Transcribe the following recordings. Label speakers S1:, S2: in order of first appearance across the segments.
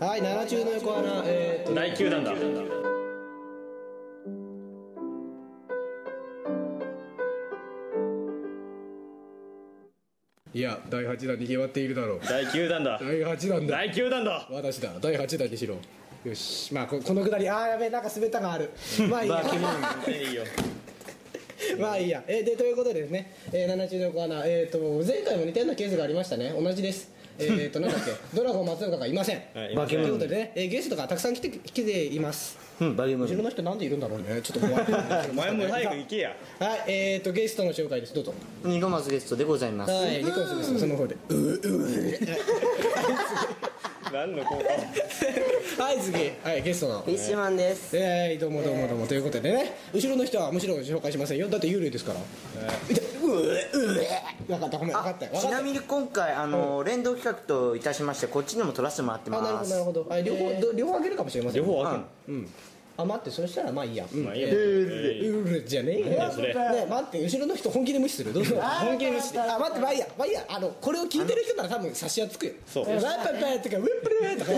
S1: はい7中の横穴えー、っと
S2: 第9弾だ
S3: いや第8弾に決まっているだろう
S2: 第9弾だ
S3: 第8弾だ
S2: 第9弾だ
S3: 私だ第8弾にしろ
S1: よしまあここのくだりあーやべえなんか滑ったがあるまあいいや
S2: いいよ
S1: まあいいやえーでということでですね、えー、7中の横穴えー、っと前回も似たようなケースがありましたね同じですえ ー、っとなんだっけドラゴン松岡がいません
S2: はい
S4: バケ
S1: という
S4: モ
S1: こ
S4: ン
S1: とでね、えーゲストがたくさん来て来ています
S4: うんバケモ
S1: 後ろ
S4: ン
S1: の人なんでいるんだろうねちょっと怖い
S2: お前も早く行けや
S1: はいえー、っとゲストの紹介ですどうぞ
S4: ニコマスゲストでございます
S1: はいリコスですその方で
S2: 何の効果
S1: はい次はいゲストの
S5: フィッシュマンです
S1: えー、どうもどうもどうも、ということでね後ろの人はむしろ紹介しませんよだって幽霊ですから、分かったごめん分かったよ分
S4: ち
S1: か
S4: な
S1: った
S4: みに今回あの連動企画といたしましてこっちにも取らせてもらって
S1: あなる
S4: ま
S1: ほど
S4: す
S1: なるほど、はい、両方、ど両方あげるかもしれません
S2: 両方開
S1: あ待ってそしたらまあいいや、うん
S2: けんまあいいや
S1: え
S2: え
S1: ー幽霊じゃねえよ
S2: やそれ
S1: ね待って後ろの人本気で無視するどうする本気で無視してあ待ってまあいいやまあいいやあのこれを聞いてる人なら多分差しやつくよ
S2: そう
S1: ワイパイパイとかウェップルーとか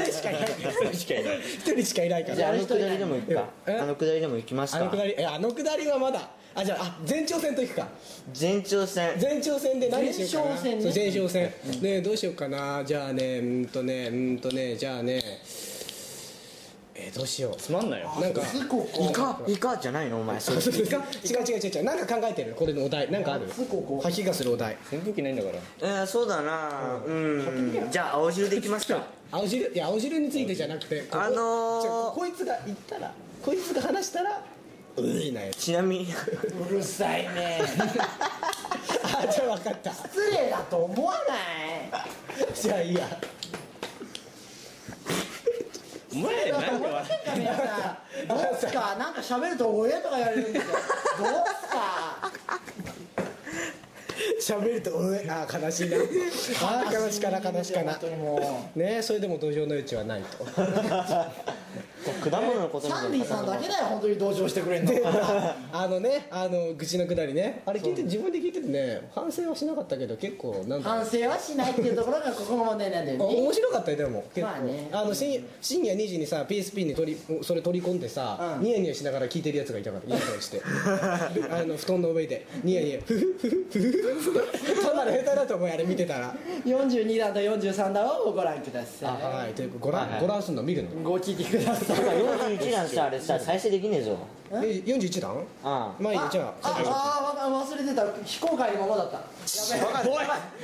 S1: 一人しかいない
S2: ーしかいない
S1: 一人しかいないから
S4: じゃああのくだりでも行くか
S1: え
S4: あのくだりでも行きます
S1: あの
S4: か
S1: くだりえあのくだりはまだあじゃああ前兆戦といくか
S4: 前兆戦
S1: 前哨戦で何しようかな
S5: 前哨戦ね
S1: そう前哨戦ねえどうしようかなじゃあねうんとねうんとねじゃあねえーどうしよ
S2: つまんないよ
S1: うなんか
S5: こ
S4: イカイカじゃないのお前それ
S1: そうですか違う違う違う違うなんか考えてるこれのお題なんかある吐きがするお題
S2: 扇風機ないんだから
S4: えーそうだなうんじゃあ青汁でいきますか
S1: 青汁いや青汁についてじゃなくてここ
S4: あのー
S1: じゃあこいつが言ったらこいつが話したらういなやつ
S4: ちなみに
S5: うるさいね
S1: あじゃあ分かった
S5: 失礼だと思わない
S1: じゃあいいや
S2: お前何で笑
S5: だめさどうすかなんか喋るとおえとか言われるんですよどうすか
S1: 喋るとうえあー悲しいなあー悲しかな悲しかな
S5: 本当にも
S1: ねえそれでも同情の余地はないと
S4: 果物のこ
S5: う
S4: と
S5: サンデ
S4: に
S5: ィさんだけだよ本当に同情してくれんの
S1: あのね、あの愚痴のくだりね、あれ聞いて、自分で聞いててね、反省はしなかったけど、結構、なんだろう
S5: 反省はしないっていうところがここの問題なんだよ
S1: あ
S5: ね
S1: 面白かったよ、でも、結構、
S5: まあね
S1: あの深夜深夜2時にさ、PSP に取りそれ取り込んでさ、
S5: うん
S1: ニヤニヤしながら聞いてるやつがいたから、ニヤニヤして あの、布団の上で、ニヤニヤ、ふふふふふふ、ただの下手だと思うよ、あれ見てたら、
S5: 42弾と43弾をご覧くだ
S1: あ
S5: さ
S1: はい、というかご覧、ご覧すんの見るの、
S5: いご聞いてください
S4: 41なんさあれさ再生できねえぞ
S1: え41段
S4: あ
S1: まあいい
S5: あ
S1: よ、じゃあ、
S5: ああわか忘れてた非公開のままだったやべ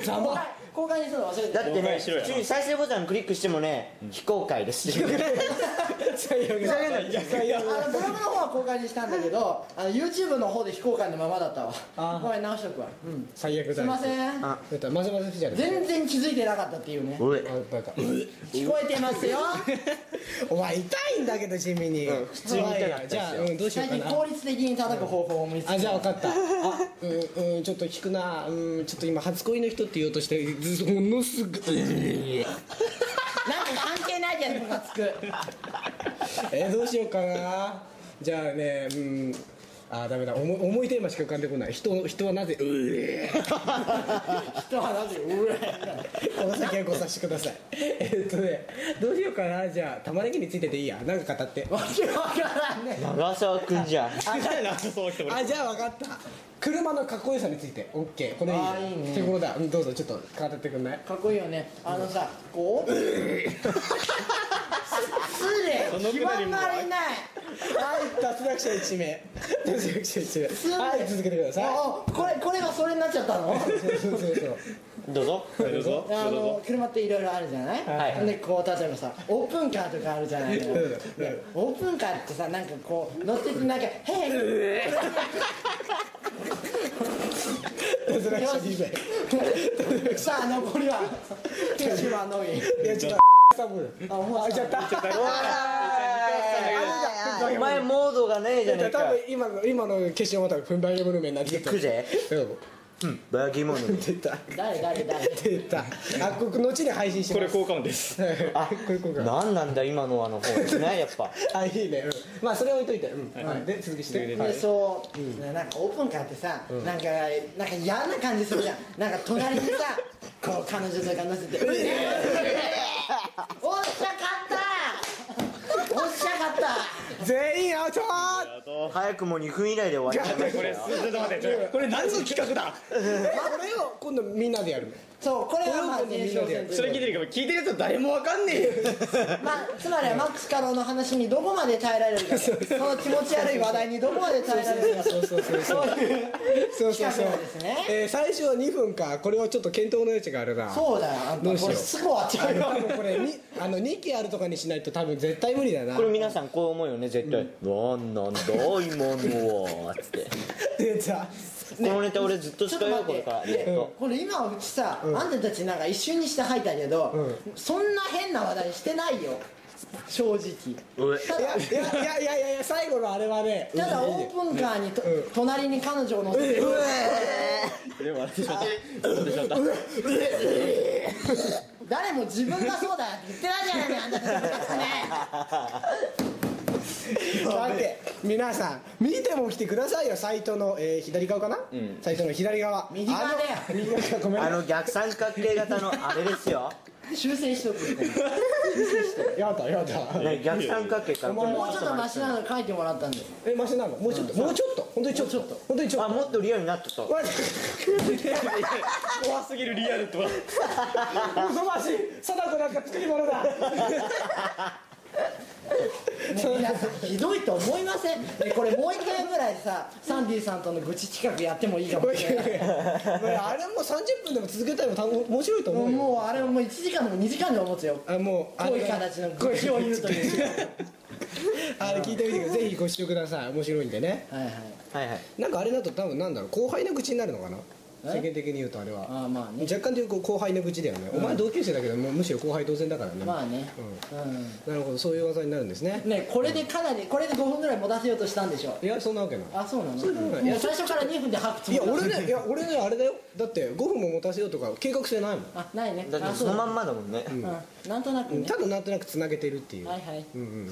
S5: え
S1: ざ
S5: 公
S1: ま
S5: 開公開にするの忘れて
S4: だ
S5: た
S4: って
S2: 公
S4: ね
S2: 開しろよ
S4: 普通に再生ボタンクリックしてもね非公 開です
S1: 最悪だ、最悪だ
S5: あのブログの方は公開にしたんだけどあの YouTube の方で非公開のままだったわ
S1: あ
S5: ごめん直しとくわ、うん、
S1: 最悪だ、
S5: すいません
S4: あ
S1: えっとまぜまぜスペシャル
S5: 全然気づいてなかったっていうね
S4: おい
S1: あバカ
S5: 聞こえてますよ
S1: お前痛いんだけど地味に、普
S4: 通に痛かったですよ
S1: じゃあ、うん、どうしよ
S5: 最
S1: うか
S5: 近
S1: な
S5: 効率的に叩く方法を思いつ
S1: あ
S5: い
S1: じ
S5: た
S1: ゃあ分かったあうんうんちょっと聞くなうんちょっと今初恋の人って言おうとしてずものすごい
S5: なんか関係ないじゃんムカつく
S1: えどうしようかなじゃあねうんあダメだ重い重いテーマしか浮かんでこない人人はなぜうえ
S5: 人はなぜうら
S1: この先はご察しくださいえっとねどうしようかなじゃあ玉ねぎについてでいいやなんか語って
S5: わけわからんね
S4: 長澤君じゃん
S2: そう来てもら
S1: あじゃあ分かった車のかっこよさについてオッケーこれいいね
S5: あいいね
S1: 手頃だ、うん、どうぞちょっと語ってくんない
S5: かっこいいよねあのさこう失
S2: その
S5: 礼
S2: く
S5: 極
S2: だりも
S5: まりない
S1: はい、脱落者1名。脱落者1名。はい、続けてください。
S5: ああこれこれがそれになっちゃったの
S1: そうそうそうそう。
S4: どうぞ
S2: うどうぞ
S5: あ
S2: どう
S5: の
S2: ぞ
S5: 車っていろいろあるじゃない、
S4: はい
S5: でこう例えばさオープンカーとかあるじゃない
S1: んうん
S5: でオープンカーってさなんかこう乗っててなんか「へえ
S1: 脱落者2」
S5: さあ残りは手手はのみ
S1: 名。いや、ちょっと。サブ
S5: あ思わ
S1: あ、
S5: ず
S1: ちゃった。
S4: お前モードがねえじゃねえ
S1: 多
S4: か
S1: 分今の今の決勝また分配ブルーメンになってきた。
S4: 行くぜ
S1: うん。
S4: バギモノ
S1: 出た
S5: 誰誰誰
S1: 出た。あ、ここ後に配信し
S2: こ
S1: ま
S2: れ
S1: す。
S2: 効果音です
S1: あ、これこうか。
S4: 何なんだ今のあの方ないやっぱ
S1: あ、いいね。うんまあそれ置いといて。うん。はいで続きして。
S5: でそう、なんかオープンカーってさ、なんかなんか嫌な感じするじゃんなんか隣にさこう彼女とか乗せて「うえー
S1: 全員アウトー
S4: 早くも2分以内で終わっちゃいました
S2: これ
S4: よ
S2: ちょっと待ってちょっとこれ何の企画だ
S1: これを今度みんなでやる
S5: そうこれはまあ
S1: これを
S5: 前哨戦と
S2: それ
S5: い
S2: 聞い
S5: う
S2: てるけど聞いてる人誰もわかんねえよ
S5: まあつまりはマックスカローの話にどこまで耐えられるかその気持ち悪い話題にどこまで耐えられるか
S1: そうそうそうそう
S5: そういう
S1: そうそうそう
S5: 企画なんですね
S1: えー最初は2分かこれはちょっと検討の余地があるな
S5: そうだよあん
S1: どう
S5: た
S1: しよう
S5: これすぐ終わっちゃうよ
S1: 多分これにあの2期あるとかにしないと多分絶対無理だな
S4: これ皆さんこう思うよね絶対「なんなんだ今のは」つって
S1: 出た
S4: このネタ俺ずっと
S5: ち
S4: 使
S5: ょっと
S4: うよ
S5: 待
S4: こ
S5: っ
S4: れから
S5: て、でこれ今うちさ、あんたたちなんか一瞬にして入ったけど、そんな変な話題してないよ正直
S4: うえ
S5: た
S1: い
S5: だ
S1: やいやいやいやいやいや最後のあれはね
S5: ただオープンカーにと、隣に彼女を乗せて、
S2: でも笑ってしまっ
S5: 誰も自分がそうだって言ってないじゃないのあんたたちのやつね
S1: だって皆さん見ても来てくださいよサイトの、えー左側かな、サイトの左側
S5: 右側だよ
S1: あの右側ごめん
S4: あ
S1: なさ
S4: の逆三角形型のあれですよ
S5: 修正しとくみたいない
S1: やだやだ
S4: ね逆三角形からこ
S5: もうちょっとマシなの書いてもらったんで
S1: えマシなのもうちょっと、もうちょっと本当にちょっと本当にちょっ
S4: あもっとリアルになってた
S1: とマジ
S2: た怖すぎるリアルとは
S1: 嘘マジ貞子なんか作り物だ
S5: ね皆さんひどいと思いません、ね、これもう一回ぐらいさサンディさんとの愚痴企画やってもいいかもしれない
S1: あれもう30分でも続けたら多分面白いと思うよ
S5: もうあれもう1時間でも2時間でも持つよ
S1: あもうあ
S5: 濃
S1: れ
S5: い形の愚痴を言うという
S1: あれ聞いてみてくださいぜひご視聴ください面白いんでね
S5: はいはい
S4: はいはい
S1: なんかあれだと多分なんだろう後輩の口になるのかな世間的に言うとあれは
S5: ああまあね
S1: 若干というこう後輩の口だよね、お前同級生だけどもうむしろ後輩当然だからね、
S5: まあね
S1: なるほどそういう技になるんですね
S5: うんねこれでかなりこれで5分ぐらい持たせようとしたんでしょ
S1: いやそんなわけない
S5: あそうなの
S1: そういうことない
S5: もう最初から2分で吐くつ
S1: い
S5: も
S1: や
S5: りだ
S1: 俺ねいや俺ねあれだよだって5分も持たせようとか計画性ないもん
S5: あないね
S4: だっ
S5: あ
S4: てそ
S5: そ
S4: の
S5: う
S4: ま
S5: だ
S4: んまだもんね
S5: うんなんとなくね
S1: ただなんとなくつなげてるっていう、
S5: はいはいうん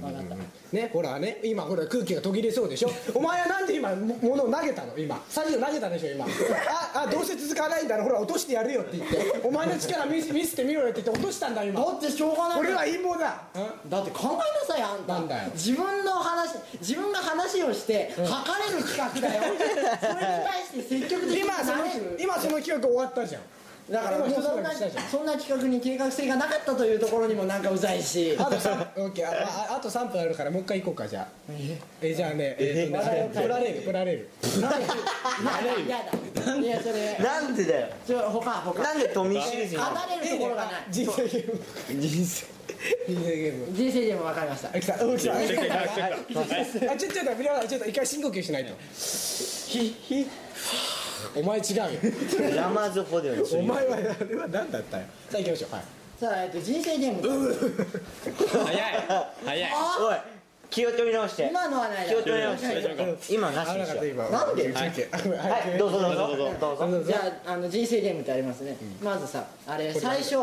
S5: 分かった
S1: ねほらね今ほら空気が途切れそうでしょ お前はなんで今も物を投げたの今サジを投げたでしょ今ああどうせ続かないんだろほら落としてやるよって言ってお前の力見せ見せてみろよって言って落としたんだ今
S5: だってしょうがない
S1: 俺は陰謀だ
S5: だって考えなさいあんた
S1: なんだよ
S5: 自分の話自分が話をして測れる企画だよそれに対して積極的に
S1: 今その
S5: 話を
S1: 今その企画終わったじゃん
S5: だからもう
S1: 今一つ
S5: そ
S1: だ
S5: んな
S1: けしたじゃん
S5: そんな企画に計画性がなかったというところにもなんかうざいし
S1: あと3分 OK あああと3分あるからもう一回行こうかじゃあえじゃあねえっとねプラレールプラレール
S5: なんだ嫌だいやそれ
S4: なんでだよ
S5: ちょ他他
S4: なんでトミーシリーズになる
S5: 離れるところがない
S1: 人生ゲーム人生人生ゲーム
S5: 人生でも分かりました
S1: あ来たお来た
S2: てきた
S1: あ
S2: 来てきたはい
S1: ちょちょっと皆さんちょっと一回深呼吸しないとお前違うよ
S4: のラマーズホデル
S1: お前はあれは何だったよさあ行きましょうはい
S5: さあえっと人生ゲーム
S2: 早い早い
S5: あ
S4: おい気を取り直して
S5: 今のはない
S4: 気を取り直
S2: 大
S4: して
S2: 丈夫か
S4: 今なし
S1: あ
S4: に
S1: な
S4: し
S1: かっ
S4: よ
S1: た
S4: う
S1: 今
S5: なんで
S1: はい
S4: はいどうぞどうぞどうぞ
S5: じゃああの人生ゲームってありますね、まずさあれ最初あ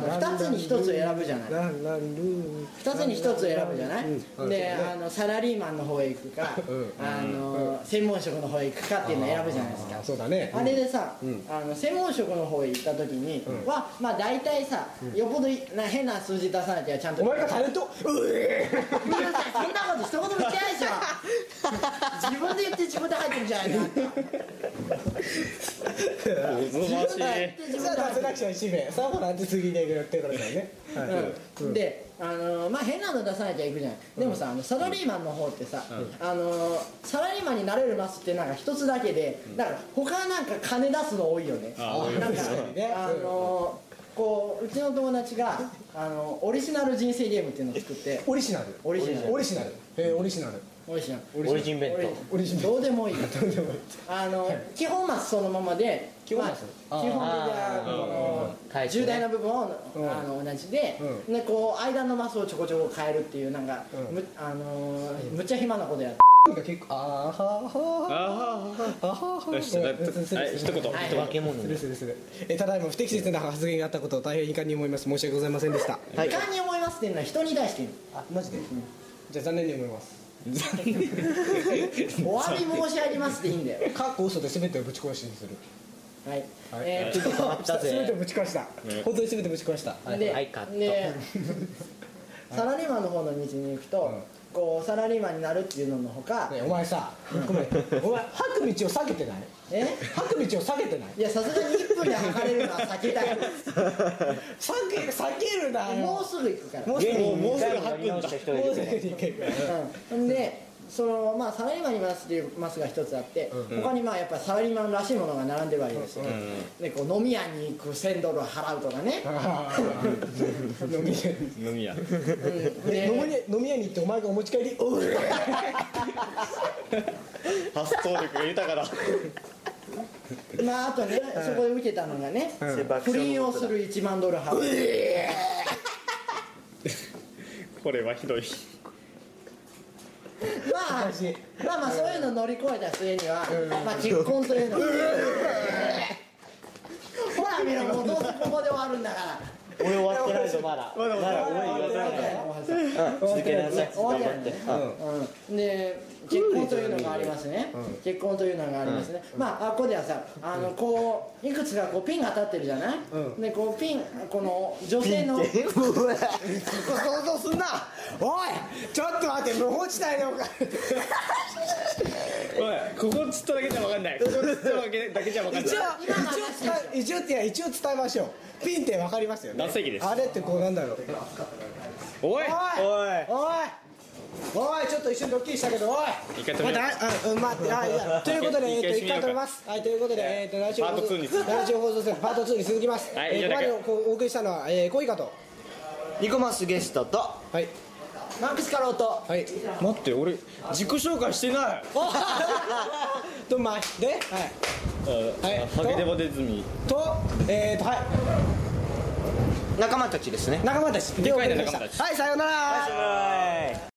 S5: の2つに1つを選ぶじゃない
S1: ランランルー
S5: 2つに1つを選ぶじゃない、
S1: うん
S5: であのサラリーマンの方へ行くか、
S1: うん
S5: あの専門職の方へ行くかっていうのを選ぶじゃないですか
S1: あそうだね
S5: あれでさ、あの専門職の方へ行った時には、まあ大体さ、よほどいな変な数字出さなきゃちゃんと
S1: お前がタレントうえ
S5: うるさいそんなこと一言も言ってないでしょ自分で言って自分で入ってるんじゃない の
S2: おぞましい
S1: さあ脱落者1名さあほら次でやってくださいねはい
S5: うんで、あのーまあ、変なの出さなきゃいくじゃないでもさあのサラリーマンの方ってさ、あのーサラリーマンになれるマスってなんか一つだけで、なんか他なんか金出すの多いよね
S2: あ多い
S5: なんか
S1: ね
S5: あのーこううちの友達があのオリジナル人生ゲームっていうのを作って
S1: オリジナル
S5: オリジナル
S1: オリジナルえーオリジナル
S5: オリジナル
S4: オリジン弁
S5: オリ
S4: 当
S1: オリジナル
S5: どうでもい い
S1: どうでもいい
S5: あの、基本マスそのままで
S1: 基本マス
S5: まあ基本的なこの
S4: 返してね
S5: 重大な部分を、
S1: ん
S5: あの同じで,、
S1: う
S5: でこう間のマスをちょこちょこ変えるっていうなんか、
S1: うん
S5: むあのーむっちゃ暇なことやって
S1: なんか結構あーはーはー
S2: あは
S1: あはー
S2: は
S1: は
S2: よしじゃあはい一言
S5: は
S4: 化
S5: い
S4: け物
S1: するするするえただいま不適切な発言があったことを大変遺憾に思います申し訳ございませんでした
S4: はい
S5: いかに思いますっていうのは人に対して
S1: あマジで、じゃあ残念に思います
S5: お詫び申し上げますっていいんだよ
S1: 過去嘘で全てをぶち壊しにする
S5: はい、
S1: はい
S5: えーっと
S4: 変わっ た
S1: 全てを
S4: ぜ
S1: ぶち壊した、本当に全てぶち壊した、
S5: で、
S4: はいカット
S5: でサラリーマンの方の道に行くと、こうサラリーマンになるっていうののほか
S1: ねお前さごめんお前吐く道を下げてない
S5: え
S1: 吐く道を下げてない
S5: いやさすがに1分で測れるのは避け たい
S1: 下げ避けるな
S5: もう
S1: よ
S5: すぐ行くから
S1: もう
S4: 現に
S2: もう
S4: 2
S2: すぐ
S4: 回もやり直した人がいるけど
S5: うん、んでそのまあサラリーマンにますっていうマスが一つあって、他にまあやっぱサラリーマンらしいものが並んでるわけですよ、でこう飲み屋に行く1000ドルを払うとかね、
S1: 飲み屋
S2: 飲み屋
S5: うん
S1: で
S5: で
S1: 飲み屋飲み屋に行ってお前がお持ち帰りおう
S2: 発想力が豊かだ
S5: まああとねそこで受けたのがね、
S4: それ爆
S5: 不
S4: 笑
S5: 倫
S4: の
S5: を
S4: 音
S5: す
S4: だ
S5: る1万ドル払う、
S2: これはひどい
S5: まあ
S1: おかしい
S5: まあまあそういうの乗り越えた末には、まあ結婚というのほら見ろもうどうせここで終わるんだから
S4: 俺終わってないぞまだまだ終わり言わせないうん続けなさい
S5: 終わ
S4: 頑
S5: り
S4: 張って
S5: うん、で結婚というのがありますね、結婚というのがありますね、まああここではさあのこういくつかこうピンが立ってるじゃない、でこうピンこの女性の
S1: 想像すんなおいちょっと待って無法地帯でおか
S2: おいここつっただけじゃ分かんないここつっただけだけじゃ分かんない
S1: 一応一応伝え一応っていや一応伝えましょうピンってわかりますよね
S2: 何席です
S1: あれってこうなんだろう
S2: おい
S1: お
S2: い
S1: おいおいちょっと一瞬ドッキリしたけどおい
S2: 一回止
S1: ま
S2: めよう
S1: たあうん待ってあい やということでえ
S2: 一
S1: っ
S2: 回
S1: と一
S2: 一回
S1: 回止
S2: 締めようか
S1: めますはいということでえっと来週
S2: パート2に続く
S1: 来週放送するパート2に続きます
S2: はい
S1: えー
S2: 以上
S1: ここ
S2: だ
S1: ま
S2: け
S1: でこうお送りしたのはえーコイカと
S4: ニコマスゲストと
S1: はい
S5: マックスカローと
S1: はい
S2: 待って俺自己紹介してない
S1: とまではい
S2: はいハゲデバデズミ
S1: とえっとはい
S4: 仲間たちですね
S1: 仲間たちでお送りしましたはいさようなら